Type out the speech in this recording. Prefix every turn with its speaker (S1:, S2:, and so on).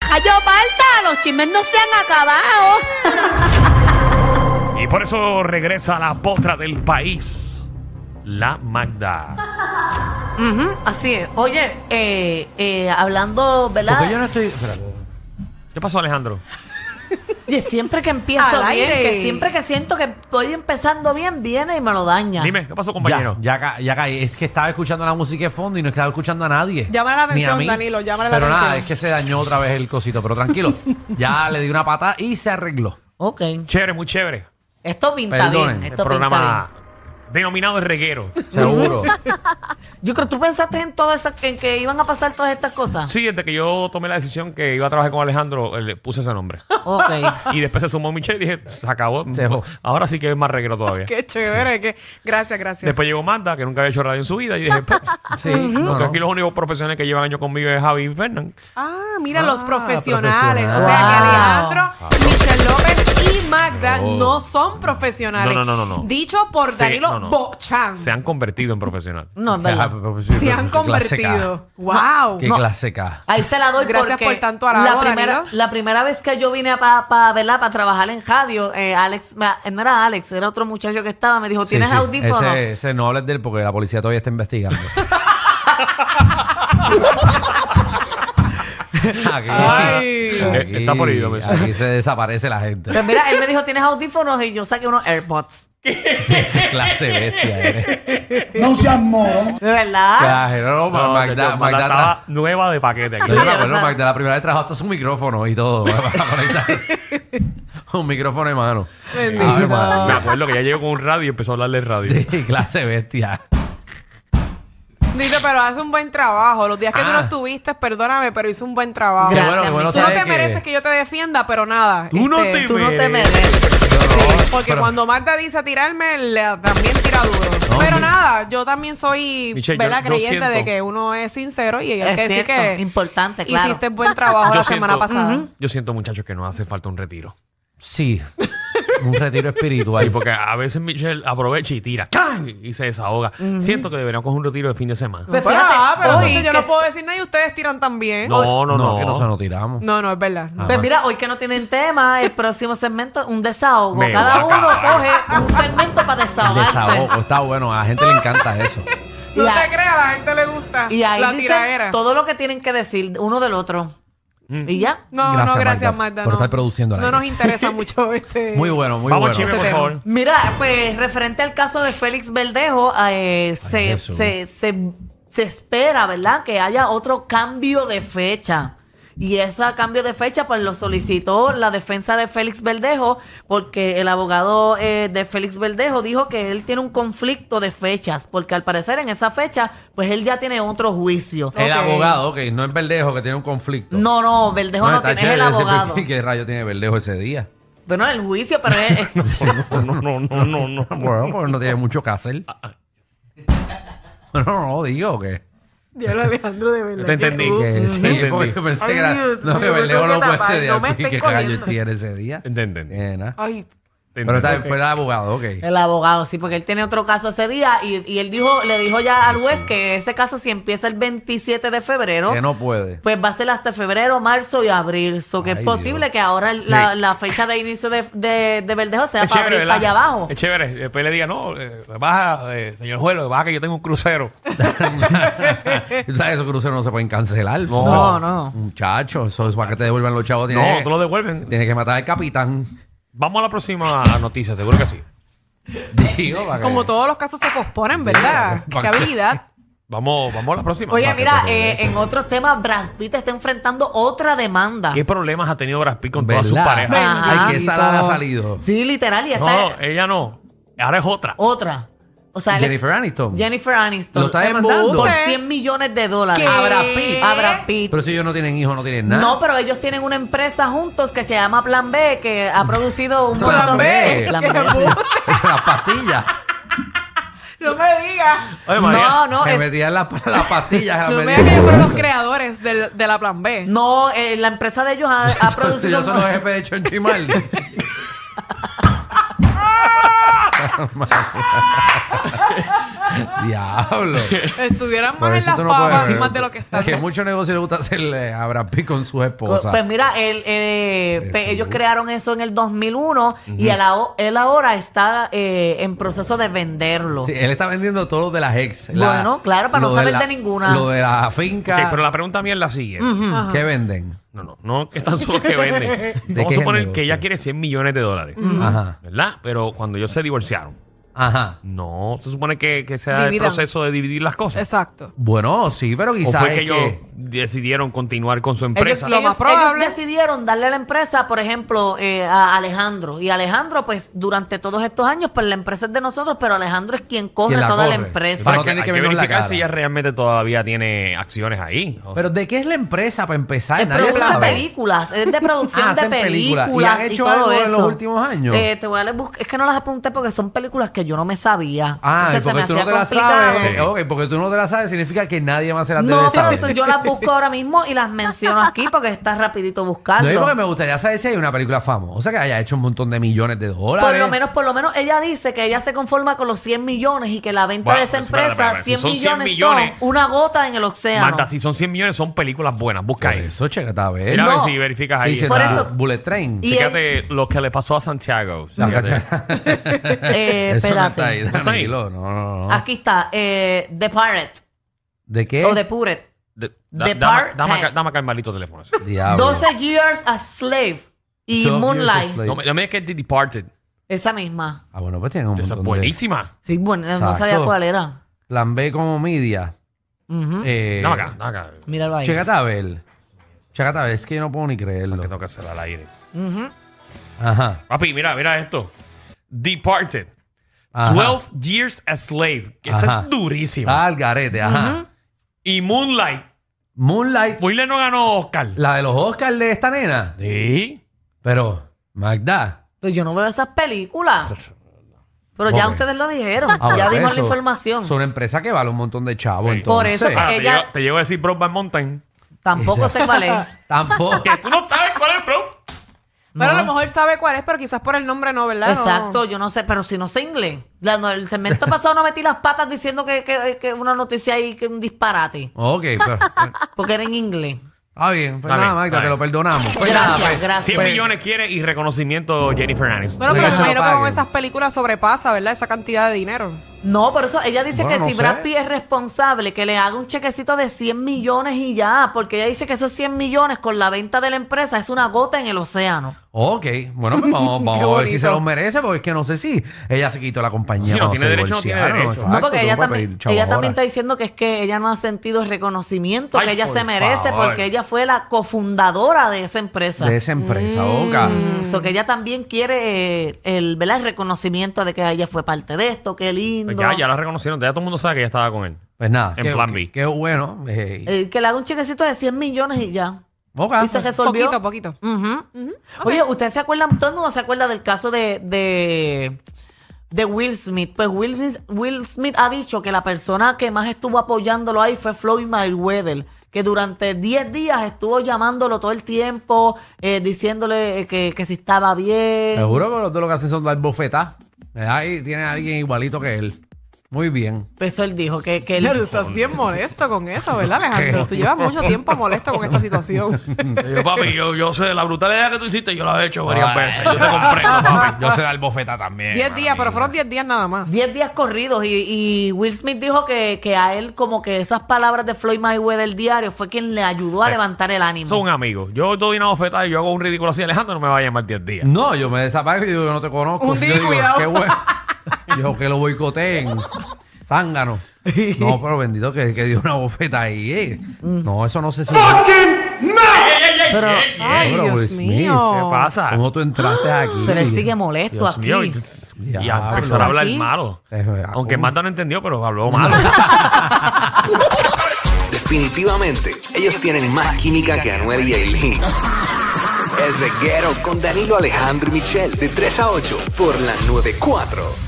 S1: Rayo Parta, los chismes no se han acabado.
S2: Y por eso regresa a la potra del país, la Magda.
S1: Ujú, así es. Oye, eh, eh, hablando,
S3: Porque yo
S1: ¿verdad?
S3: no estoy. espérate.
S2: ¿Qué pasó, Alejandro?
S1: Y siempre que empiezo
S4: Al
S1: bien,
S4: aire.
S1: que siempre que siento que estoy empezando bien, viene y me lo daña.
S2: Dime, ¿qué pasó,
S3: Ya,
S2: compañero?
S3: ya, ca- ya caí. Es que estaba escuchando la música de fondo y no estaba escuchando a nadie.
S4: Llámale la
S3: Ni
S4: atención,
S3: a mí.
S4: Danilo, llámale la
S3: Pero nada,
S4: atención.
S3: es que se dañó otra vez el cosito, pero tranquilo. ya le di una patada y se arregló.
S1: Ok.
S2: Chévere, muy chévere.
S1: Esto pinta
S3: Perdonen,
S1: bien.
S2: El
S1: Esto
S2: programa
S1: pinta
S2: denominado El Reguero.
S3: Seguro.
S1: bien. Yo creo que tú pensaste en todo eso, en que iban a pasar todas estas cosas.
S2: Sí, desde que yo tomé la decisión que iba a trabajar con Alejandro, eh, le puse ese nombre.
S1: Ok.
S2: Y después se sumó Michelle y dije, se acabó.
S3: Se jod-
S2: Ahora sí que es más reguero todavía.
S4: Qué chévere, que... gracias, gracias.
S2: Después llegó Magda, que nunca había hecho radio en su vida, y dije, pues,
S3: sí, no,
S2: porque
S3: no.
S2: aquí los únicos profesionales que llevan años conmigo es Javi y Fernan.
S4: Ah, mira, los
S3: Ah,
S4: profesionales.
S3: profesionales.
S4: O sea,
S1: Wow.
S4: que Alejandro, Michelle López y Magda
S3: Oh.
S4: no son profesionales.
S2: No, no, no, no, no.
S4: Dicho por
S2: Se-
S4: Danilo
S2: no, no.
S4: Bochan.
S2: Se han convertido en profesional.
S1: No, es verdad.
S3: Ya, pues, pero- pero-
S4: Se
S3: pero-
S4: han
S3: qué clase K.
S4: convertido. ¡Wow!
S3: Qué
S1: No.
S3: clase K.
S1: Ahí se la doy
S4: Gracias
S1: porque
S4: por tanto halago,
S1: la primera,
S4: Danilo.
S1: la primera vez que yo vine para pa, ¿verdad? pa trabajar en radio, eh, Alex, me- no era Alex, era otro muchacho que estaba, me dijo,
S3: Sí,
S1: ¿tienes
S3: sí.
S1: audífono?
S3: Ese, ese no hables de él porque la policía todavía está investigando. aquí,
S4: Ay.
S3: aquí-
S2: Eh, Está por ido, me
S3: Aquí se desaparece la gente.
S1: Pues mira, él me dijo, ¿tienes audífonos? Y yo saqué unos AirPods.
S3: Qué clase bestia eres.
S5: No seas moro.
S1: De
S4: Ah.
S1: verdad.
S3: Claro, no,
S2: No,
S3: Magda,
S2: yo-
S3: Magda,
S2: estaba
S3: tra-
S2: nueva de paquete. aquí.
S3: Yo me acuerdo,
S1: o sea-
S3: Magda, la primera vez trajo hasta su micrófono y todo. para conectar. un micrófono en mano.
S4: Bendito.
S2: Me
S3: Ave María.
S2: acuerdo que ya llegó con un radio y empezó a hablarle de radio.
S3: Sí, clase bestia.
S4: Dice, pero hace un buen trabajo. Los días que tú
S3: Ah.
S4: no estuviste, perdóname, pero hizo un buen trabajo.
S3: Qué
S1: Gracias,
S3: bueno, qué bueno
S4: Tú no
S3: saber
S4: te mereces que yo te defienda, pero nada. este,
S2: Tú no te-
S1: Tú no te Pues
S2: mereces.
S1: mereces.
S4: Sí, porque
S3: pero-
S4: cuando Marta dice tirarme, le, también tira duro.
S3: No,
S4: pero
S3: mi-
S4: nada, yo también soy
S2: Michelle, yo-
S4: ¿verdad?
S2: yo
S4: creyente
S2: siento-
S4: de que uno es sincero y hay
S1: Es
S4: que decir
S1: cierto,
S4: que
S1: importante, claro.
S4: hiciste buen trabajo la semana pasada.
S2: Yo siento, muchachos, que nos hace falta un retiro.
S3: Sí, un retiro
S2: Sí, pues,
S3: espiritual.
S2: porque a veces Michelle aprovecha y tira ¡can! y se desahoga. Siento que deberíamos coger un retiro de fin de semana.
S1: Pues
S4: Pero,
S1: fíjate,
S4: ah, pero
S1: hoy
S4: entonces yo
S1: que-
S4: no puedo decir nada y ustedes tiran también. No,
S2: No, no, no.
S3: que nosotros no tiramos.
S4: no, es verdad.
S3: Ah.
S1: Pues mira, hoy que no tienen tema, el próximo segmento, un desahogo.
S2: Me
S1: Cada
S2: voy a
S1: uno
S2: acabar.
S1: coge un segmento para desahogarse.
S3: Desahogo, está bueno, a la gente le encanta eso.
S1: Y
S4: No
S1: a-
S4: te creas, a la gente le gusta
S1: Y ahí
S4: la
S1: dicen
S4: tiradera.
S1: todo lo que tienen que decir uno del otro.
S2: Mm.
S1: Y ya.
S4: No,
S3: Gracias,
S4: no, gracias,
S3: Magda,
S4: Marta.
S3: por
S4: no.
S3: estar produciendo al
S4: No
S3: aire.
S4: nos interesa mucho ese.
S3: Muy bueno, muy
S2: Vamos,
S3: bueno.
S2: chisme, por
S4: Ese
S2: favor.
S1: Mira, pues referente al caso de Félix Verdejo, eh, se,
S3: Jesús.
S1: se, se, se espera, ¿verdad? Que haya otro cambio de fecha. Y ese cambio de fecha, pues lo solicitó la defensa de Félix Verdejo, porque el abogado eh, de Félix Verdejo dijo que él tiene un conflicto de fechas, porque al parecer en esa fecha, pues él ya tiene otro juicio.
S3: El
S4: Ok.
S3: abogado, que no es Verdejo, que tiene un conflicto.
S1: No, no, Verdejo no,
S3: está
S1: tiene, es el
S3: chévere decir,
S1: abogado.
S3: ¿Qué, qué rayo tiene Verdejo ese día?
S1: Bueno, el juicio, pero es- es-
S2: No, no, no, no, no.
S3: Bueno, pues no tiene mucho que hacer.
S2: Ah,
S3: No, no, no, digo que.
S4: Diablo, Alejandro, de verdad. Uh.
S2: Te entendí.
S4: tú-
S3: que sí,
S2: Uh, Entendí.
S3: porque yo pensé
S4: Ay,
S3: que era.
S4: Dios
S3: no, que
S4: mío, me
S3: Verdejo
S4: tengo
S3: no
S4: que
S3: fue
S4: tapar,
S3: ese día.
S4: no me
S3: ¿Qué-
S4: estoy Ah,
S3: ¿Qué rayo él
S4: comiendo.
S3: tiene ese día?
S2: Entendí.
S3: Eh, nada.
S4: Ay,
S3: Pero está bien,
S2: Ok.
S3: fue el abogado, ok.
S1: El abogado, sí, porque él tiene otro caso ese día y, y él dijo, le dijo ya al juez que ese caso si empieza el 27 de febrero,
S3: Que no puede.
S1: pues va a ser hasta febrero, marzo y abril. So que
S3: Ay,
S1: es posible
S3: Dios.
S1: que ahora la, la fecha de inicio de, de, de Verdejo sea
S2: Es
S1: para
S2: chévere,
S1: abril, para allá
S2: ¿verdad?
S1: abajo.
S2: Es chévere. Después le diga, no, eh, baja, eh, señor juez, baja que yo tengo un crucero.
S3: Tú sabes, esos cruceros no se pueden cancelar.
S1: No, no.
S3: Muchacho, eso es para que te devuelvan los chavos.
S2: No, tú lo devuelven.
S3: Tienes que matar al capitán.
S2: Vamos a la próxima noticia, seguro que sí.
S3: Digo, para que-
S4: como todos los casos se posponen, ¿verdad?
S3: ¿Para
S4: Qué
S3: qué?
S4: habilidad.
S2: Vamos, vamos a la próxima.
S1: Oye,
S3: Ah,
S2: Va,
S1: mira,
S2: que-
S1: eh, en otros temas, Brad Pitt está enfrentando otra demanda.
S2: ¿Qué problemas ha tenido Brad Pitt con todas sus
S3: ¿Verdad?
S2: parejas?
S1: Ajá.
S3: Ay, que esa la ha salido.
S1: Sí, literal, y
S2: No,
S1: esta
S2: no,
S3: eh.
S1: es
S2: ella no. Ahora es otra.
S1: Oh, otra. O sea, él-
S3: Jennifer Aniston.
S1: Jennifer Aniston.
S3: Lo está demandando.
S1: Por
S4: Embuste.
S1: 100 millones de dólares.
S4: ¿Qué?
S1: A Brad Pitt. A Brad Pitt.
S3: Pero si ellos no tienen hijos, no tienen nada.
S1: No, pero ellos tienen una empresa juntos que se llama Plan B, que ha producido un
S3: Plan
S1: montón-
S3: B.
S1: Plan
S4: Qué
S1: B.
S4: bu-
S3: Es una pastilla.
S4: No me digas.
S2: Oye, María,
S1: No, no,
S3: me
S1: es-
S3: metían las la pastillas.
S4: No me digas que ellos fueron los creadores del- de la Plan B.
S1: no, eh, la empresa de ellos ha, ha
S3: Si yo
S1: producido.
S3: soy los jefes de Chonchimal. Diablo.
S4: Estuvieran
S3: Por
S4: más en
S3: eso
S4: las
S3: tú no
S4: papas
S3: puedes.
S4: más de lo que están.
S3: Que mucho negocio le gusta hacerle a Brad Pitt con su esposa.
S1: Pues mira, él, eh,
S3: Eso,
S1: te- ellos
S3: ¿no?
S1: crearon eso en el 2001 y él, aho- él ahora está eh, en proceso de venderlo.
S3: Sí, él está vendiendo todo lo de las ex. La-
S1: Bueno, claro, para no
S3: lo
S1: saber
S3: la-
S1: de ninguna.
S3: Lo de la finca.
S2: Ok, pero la pregunta mía es la siguiente.
S4: Ajá.
S3: Mm, ¿Qué venden?
S2: No, no, no, que tan solo que vende. Vamos
S3: qué
S2: a
S3: es el
S2: suponer que
S3: negocio?
S2: ella quiere 100 millones de dólares.
S3: Ajá.
S2: ¿Verdad? Pero cuando ellos se divorciaron,
S3: Ajá.
S2: no, se supone que, que sea el
S4: Dividan.
S2: proceso de dividir las cosas.
S4: Exacto.
S3: Bueno, sí, pero
S2: ¿O
S3: quizás.
S2: fue que
S3: es
S2: ellos decidieron continuar con su
S1: Ellos,
S2: empresa?
S4: Lo más
S1: ellos-
S4: probable.
S1: ellos decidieron darle a la empresa, por ejemplo, eh, a Alejandro. Y Alejandro, pues, durante todos estos años, pues la empresa es de nosotros, pero Alejandro es quien corre
S3: Quien la
S1: toda la
S3: corre.
S1: empresa.
S3: Para no
S2: Hay que-
S3: tener que
S2: hay que
S3: vernos la
S2: verificar
S3: cara.
S2: si ella realmente todavía tiene acciones ahí. O
S3: Pero ¿de qué es la empresa para empezar?
S1: Es
S3: Nadie
S1: producción de
S3: sabe.
S1: películas, es de producción
S3: Ah,
S1: de
S3: hacen películas.
S1: películas.
S3: ¿Y han hecho
S1: todo
S3: algo en
S1: eso.
S3: los últimos años?
S1: Eh, te voy a bus- es que no las apunté porque son películas que yo no me sabía.
S3: Ah, y
S1: Entonces, se
S3: porque
S1: me
S3: tú no te
S1: hacía
S3: la
S1: complicado.
S3: sabes.
S2: Sí.
S3: Ok, porque tú no te la sabes significa que nadie más se la debe
S1: No, pero
S3: saber.
S1: esto- yo las busco ahora mismo y las menciono aquí porque está rapidito buscarlo.
S3: No, es porque me gustaría saber si hay una película famosa que haya hecho un montón de millones de dólares.
S1: Por lo menos, por lo menos ella dice que ella se conforma con los 100 millones y que la venta
S2: Bueno,
S1: de esa
S2: pero espera,
S1: empresa,
S2: espera, espera. Si
S1: 100,
S2: son 100
S1: millones,
S2: millones,
S1: son una gota en el océano.
S2: Marta, si son 100 millones, son películas buenas. Busca
S3: Por
S2: ahí.
S3: eso, chécate a ver.
S2: Mira a
S1: No.
S2: ver si verificas
S3: ¿Qué
S2: ahí.
S3: dice
S1: Por
S3: la-
S1: eso-
S3: Bullet Train.
S1: Y-
S2: Fíjate lo que le pasó a Santiago. Fíjate.
S1: Eh,
S3: Eso no
S1: espérate.
S3: está ahí,
S2: ¿No está ahí?
S3: tranquilo. No, no, no.
S1: Aquí está, eh, The Pirate
S3: ¿De qué?
S1: o The Puret.
S2: De-
S1: The
S2: da- Dame
S1: Part
S2: dame acá-
S1: Ten.
S2: dame acá el maldito teléfono. ese.
S3: Diablo.
S1: 12 Years a Slave y
S3: 12 Years a
S1: Moonlight.
S3: Slave.
S2: No me no me digas que es The Departed.
S1: Esa misma.
S3: Ah, bueno, pues tienen un
S2: Esa es
S3: montón de-
S2: buenísima.
S1: Sí, bueno,
S3: Exacto.
S1: no sabía cuál era.
S3: Plan B como media.
S1: Ujú.
S3: Eh,
S2: Dame acá, dame acá.
S1: Míralo ahí.
S3: Chécate a ver. Chécate a ver, es que yo no puedo ni
S2: Que
S3: creerlo.
S2: tengo que hacer al aire.
S1: Ujú.
S3: Ajá.
S2: Papi, mira, mira esto. Departed.
S3: ajá.
S2: 12 Years a Slave. Que esa
S3: Ajá. Ah.
S2: es durísima.
S3: Está al garete, ajá.
S2: Y Moonlight.
S3: Moonlight,
S2: Moonlight no ganó Oscar.
S3: la de los Oscars de esta nena.
S2: Sí.
S3: Pero, Magda.
S1: Pero Pues yo no veo esas películas. Pero ya
S3: Ok.
S1: ustedes lo dijeron.
S3: ah,
S1: ya
S3: por
S1: dimos la
S3: eso,
S1: información.
S3: Son una empresa que vale un montón de chavo.
S2: Sí.
S1: Por
S3: entonces.
S1: eso que-
S2: Ah, te,
S1: Ella-
S2: llevo, te llevo a decir Broadband Mountain.
S1: Tampoco sé cuál es.
S3: Tampoco.
S2: Que tú no sabes cuál es, bro.
S4: Pero a
S1: No.
S4: lo mejor sabe cuál es, pero quizás por el nombre no, ¿verdad? No.
S1: Exacto, yo no sé, pero si no sé inglés. La- no, el segmento pasado no metí las patas diciendo que, que- que una noticia ahí, que un disparate,
S3: ok, pero.
S1: porque era en inglés.
S3: Ah, bien. Pues
S2: Está
S3: nada,
S2: bien,
S3: Magda,
S2: está
S3: te
S2: bien.
S3: lo perdonamos. Pues
S1: Gracias,
S3: nada, pues,
S1: gracias.
S2: 100
S3: pues,
S2: millones quiere y reconocimiento Jennifer Aniston.
S4: Bueno, pero
S3: Que se
S4: me
S3: lo
S4: imagino que con
S3: paguen.
S4: esas películas sobrepasa, ¿verdad? Esa cantidad de dinero.
S1: No, por eso ella dice
S3: Bueno,
S1: que
S3: no
S1: si
S3: sé.
S1: Brad Pitt es responsable, que le haga un chequecito de 100 millones y ya, porque ella dice que esos 100 millones con la venta de la empresa es una gota en el océano.
S3: Ok, bueno, pues vamos, vamos
S4: Qué
S3: a ver si
S4: bonito.
S3: se los merece, porque es que no sé si ella se quitó la compañía.
S2: Sí, no
S3: cuando
S2: tiene
S3: se
S2: derecho, no tiene
S3: divorciaron,
S2: derecho.
S1: No,
S3: exacto,
S1: porque
S3: tú
S1: ella,
S3: puedes
S1: también,
S3: pedir chavo
S1: ella
S3: ahora.
S1: también está diciendo que es que ella no ha sentido el reconocimiento
S2: Ay,
S1: que ella
S2: por
S1: se merece
S2: favor.
S1: porque ella fue la cofundadora de esa empresa.
S3: De esa empresa, oca.
S1: Mm, so que ella también quiere eh, el, ¿verdad? el reconocimiento de que ella fue parte de esto, qué lindo.
S2: Pues ya, ya la reconocieron. Ya todo el mundo sabe que ella estaba con él.
S3: Pues nada,
S2: En
S3: qué,
S2: plan
S3: qué-
S2: B.
S3: qué bueno. eh,
S1: Eh, que le haga un chequecito de 100 millones y ya.
S3: oca,
S1: Y se
S3: pues,
S1: resolvió.
S4: Poquito, poquito.
S1: Ujú. Oye, ¿ustedes se acuerdan? Todo el mundo se acuerda del caso de, de, de Will Smith. Pues Will, Smith- Will Smith ha dicho que la persona que más estuvo apoyándolo ahí fue Floyd Mayweather. Que durante 10 días estuvo llamándolo todo el tiempo, eh, diciéndole eh, que, que si estaba bien.
S3: Seguro que los dos lo que hacen son dar bofetas. Eh, Ahí tiene a alguien igualito que él. Muy bien.
S1: Pues Eso él dijo, que, que él-
S4: Pero tú estás bien molesto con eso, ¿verdad, Alejandro? Tú llevas mucho tiempo molesto con esta situación.
S2: Yo, papi, yo, yo sé la brutalidad que tú hiciste, yo la he hecho
S3: varias veces. Yo te
S2: comprendo,
S3: Yo sé dar bofeta también.
S4: Diez
S3: mano
S4: días, pero
S3: mía.
S4: fueron diez días nada más.
S1: 10 días corridos y, y Will Smith dijo que, que a él como que esas palabras de Floyd Mayweather del diario fue quien le ayudó a levantar el ánimo.
S2: Eh, Son amigos. Yo doy una bofetada y yo hago un ridículo así. Alejandro no me va a llamar 10 días.
S3: No, yo me desaparezco y digo, yo no te conozco.
S4: Un
S3: Yo
S4: día,
S3: digo,
S4: cuidado.
S3: Qué bueno. Dijo que lo boicoteen. Zángano. No, pero bendito que, que dio una bofeta ahí. eh.
S4: Mm.
S3: No, eso no se suele.
S1: Pero,
S4: Ay,
S3: Pero,
S4: Dios
S3: Will Smith,
S4: mío.
S2: ¿Qué pasa?
S3: ¿Cómo tú entraste aquí?
S1: pero él sigue molesto
S2: Dios
S1: aquí.
S2: mío. Y, y a
S3: Diablo.
S2: empezar a hablar
S4: Aquí.
S2: malo.
S3: Eh,
S2: Aunque
S3: ¿cómo?
S2: Marta no entendió, pero habló malo.
S6: Definitivamente, ellos tienen más química que Anuel y Aileen. El reguero con Danilo Alejandro y Michel, de 3 a 8, por la 94. 4